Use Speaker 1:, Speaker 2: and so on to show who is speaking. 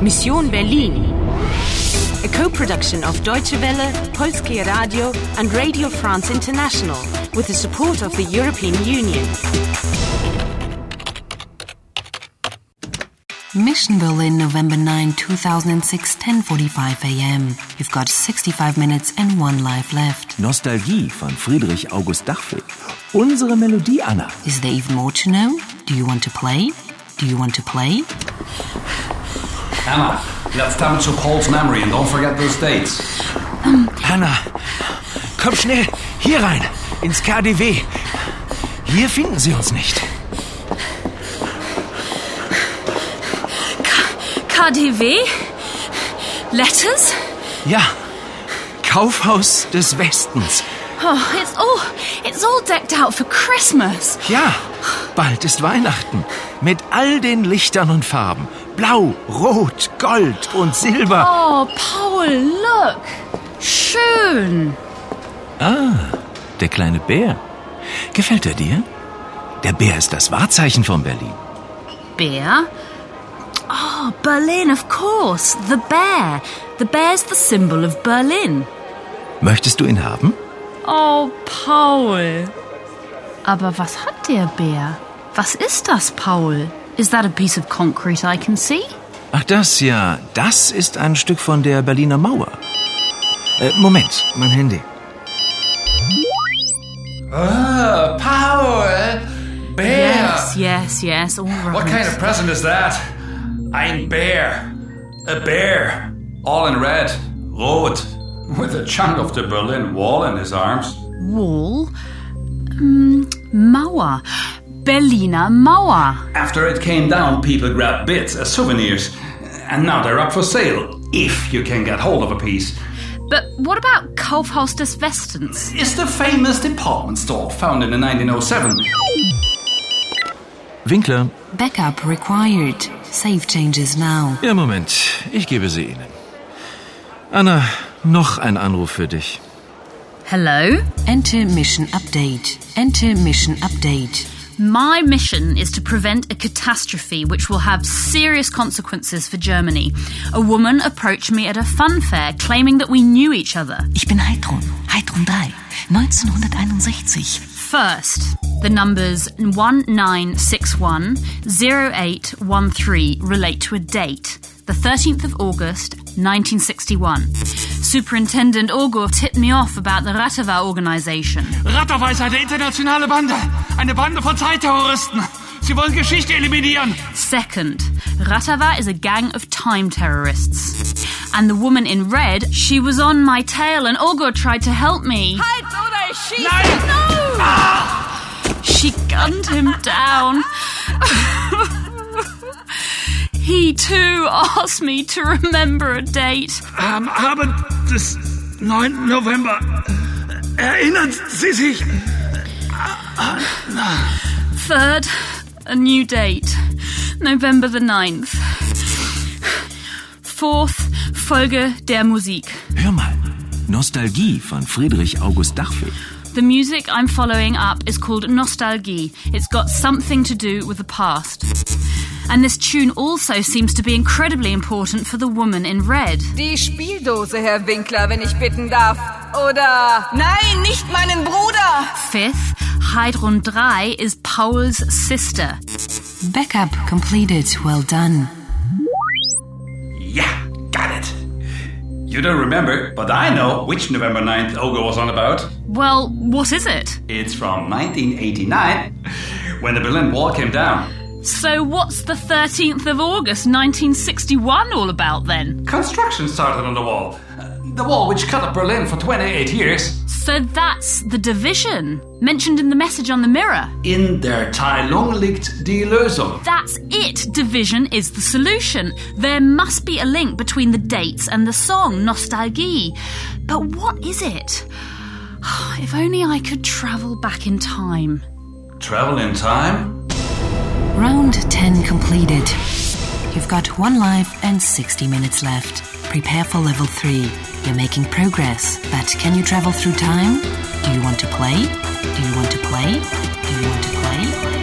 Speaker 1: Mission Berlin. A co-production of Deutsche Welle, Polskie Radio and Radio France International with the support of the European Union.
Speaker 2: Mission Berlin, November 9, 2006, 10:45 a.m. You've got 65 minutes and one life left.
Speaker 3: Nostalgie von Friedrich August Dachfeld. Unsere Melodie, Anna.
Speaker 2: Is there even more to know? Do you want to play? Do you want to play?
Speaker 4: Anna, let's damage up Paul's memory and don't forget those dates.
Speaker 3: Anna, komm schnell hier rein, ins KDW. Hier finden Sie uns nicht.
Speaker 5: KDW? eh? Letters?
Speaker 3: Ja, Kaufhaus des Westens.
Speaker 5: Oh, it's all it's all decked out for Christmas.
Speaker 3: Ja, bald ist Weihnachten. Mit all den Lichtern und Farben. Blau, Rot, Gold und Silber.
Speaker 5: Oh, Paul, look. Schön.
Speaker 3: Der kleine Bär. Gefällt er dir? Der Bär ist das Wahrzeichen von Berlin.
Speaker 5: Beer? Oh, Berlin, of course. The bear. The bear's the symbol of Berlin.
Speaker 3: Möchtest du ihn haben?
Speaker 5: Oh, Paul. Aber was hat der Bär? Was ist das, Paul? Is that a piece of concrete I can see?
Speaker 3: Ach das ja, das ist ein Stück von der Berliner Mauer. Äh, Moment, mein Handy.
Speaker 4: Uh, Paul! eh? Bear!
Speaker 5: Yes, yes, yes, all right.
Speaker 4: What kind of present is that? Ein Bär. A bear. All in red. Rot. With a chunk of the Berlin Wall in his arms.
Speaker 5: Wall? Mm, Mauer. Berliner Mauer.
Speaker 4: After it came down, people grabbed bits as souvenirs. And now they're up for sale. If you can get hold of a piece.
Speaker 5: But what about Kaufhaus des Westens?
Speaker 4: It's the famous department store founded in 1907.
Speaker 3: Winkler.
Speaker 2: Backup required. Save changes now.
Speaker 3: Ja, Moment, ich gebe sie Ihnen. Anna, noch ein Anruf für dich.
Speaker 5: Hello?
Speaker 2: Enter mission update. Enter mission update.
Speaker 5: My mission is to prevent a catastrophe which will have serious consequences for Germany. A woman approached me at a fun fair claiming that we knew each other.
Speaker 6: Ich bin Heidrun, Heidrun 3, 1961.
Speaker 5: First, the numbers 1961 0813 relate to a date, the 13th of August 1961. Superintendent Orgov tipped me off about the Ratava organization.
Speaker 7: Ratterweiß ist eine internationale Bande. Eine Bande von Zeitterroristen. Sie wollen Geschichte eliminieren.
Speaker 5: Second, Ratava is a gang of time terrorists. And the woman in red, she was on my tail and Orgor tried to help me.
Speaker 7: Nein!
Speaker 5: She gunned him down. he too asked me to remember a date.
Speaker 7: Am Abend des 9. November. äh, Erinnern Sie sich?
Speaker 5: Third, a new date. November the 9th. Fourth, Folge der Musik.
Speaker 3: Hör mal, Nostalgie von Friedrich August Dachfeld.
Speaker 5: The music I'm following up is called Nostalgie. It's got something to do with the past. And this tune also seems to be incredibly important for the woman in red.
Speaker 8: Die Spieldose, Herr Winkler, wenn ich bitten darf. Oder nein, nicht meinen Bruder.
Speaker 5: Fifth, Heidrun 3 is Paul's sister.
Speaker 2: Backup completed. Well done.
Speaker 4: Yeah, got it. You don't remember, but I know which November 9th Olga was on about.
Speaker 5: Well, what is it?
Speaker 4: It's from 1989, when the Berlin Wall came down.
Speaker 5: So, what's the 13th of August 1961 all about then?
Speaker 4: Construction started on the wall. Uh, The wall which cut up Berlin for 28 years.
Speaker 5: So, that's the division mentioned in the message on the mirror.
Speaker 4: In der Teilung liegt die Lösung.
Speaker 5: That's it. Division is the solution. There must be a link between the dates and the song, Nostalgie. But what is it? If only I could travel back in time.
Speaker 4: Travel in time?
Speaker 2: Round 10 completed. You've got one life and 60 minutes left. Prepare for level 3. You're making progress, but can you travel through time? Do you want to play? Do you want to play? Do you want to play?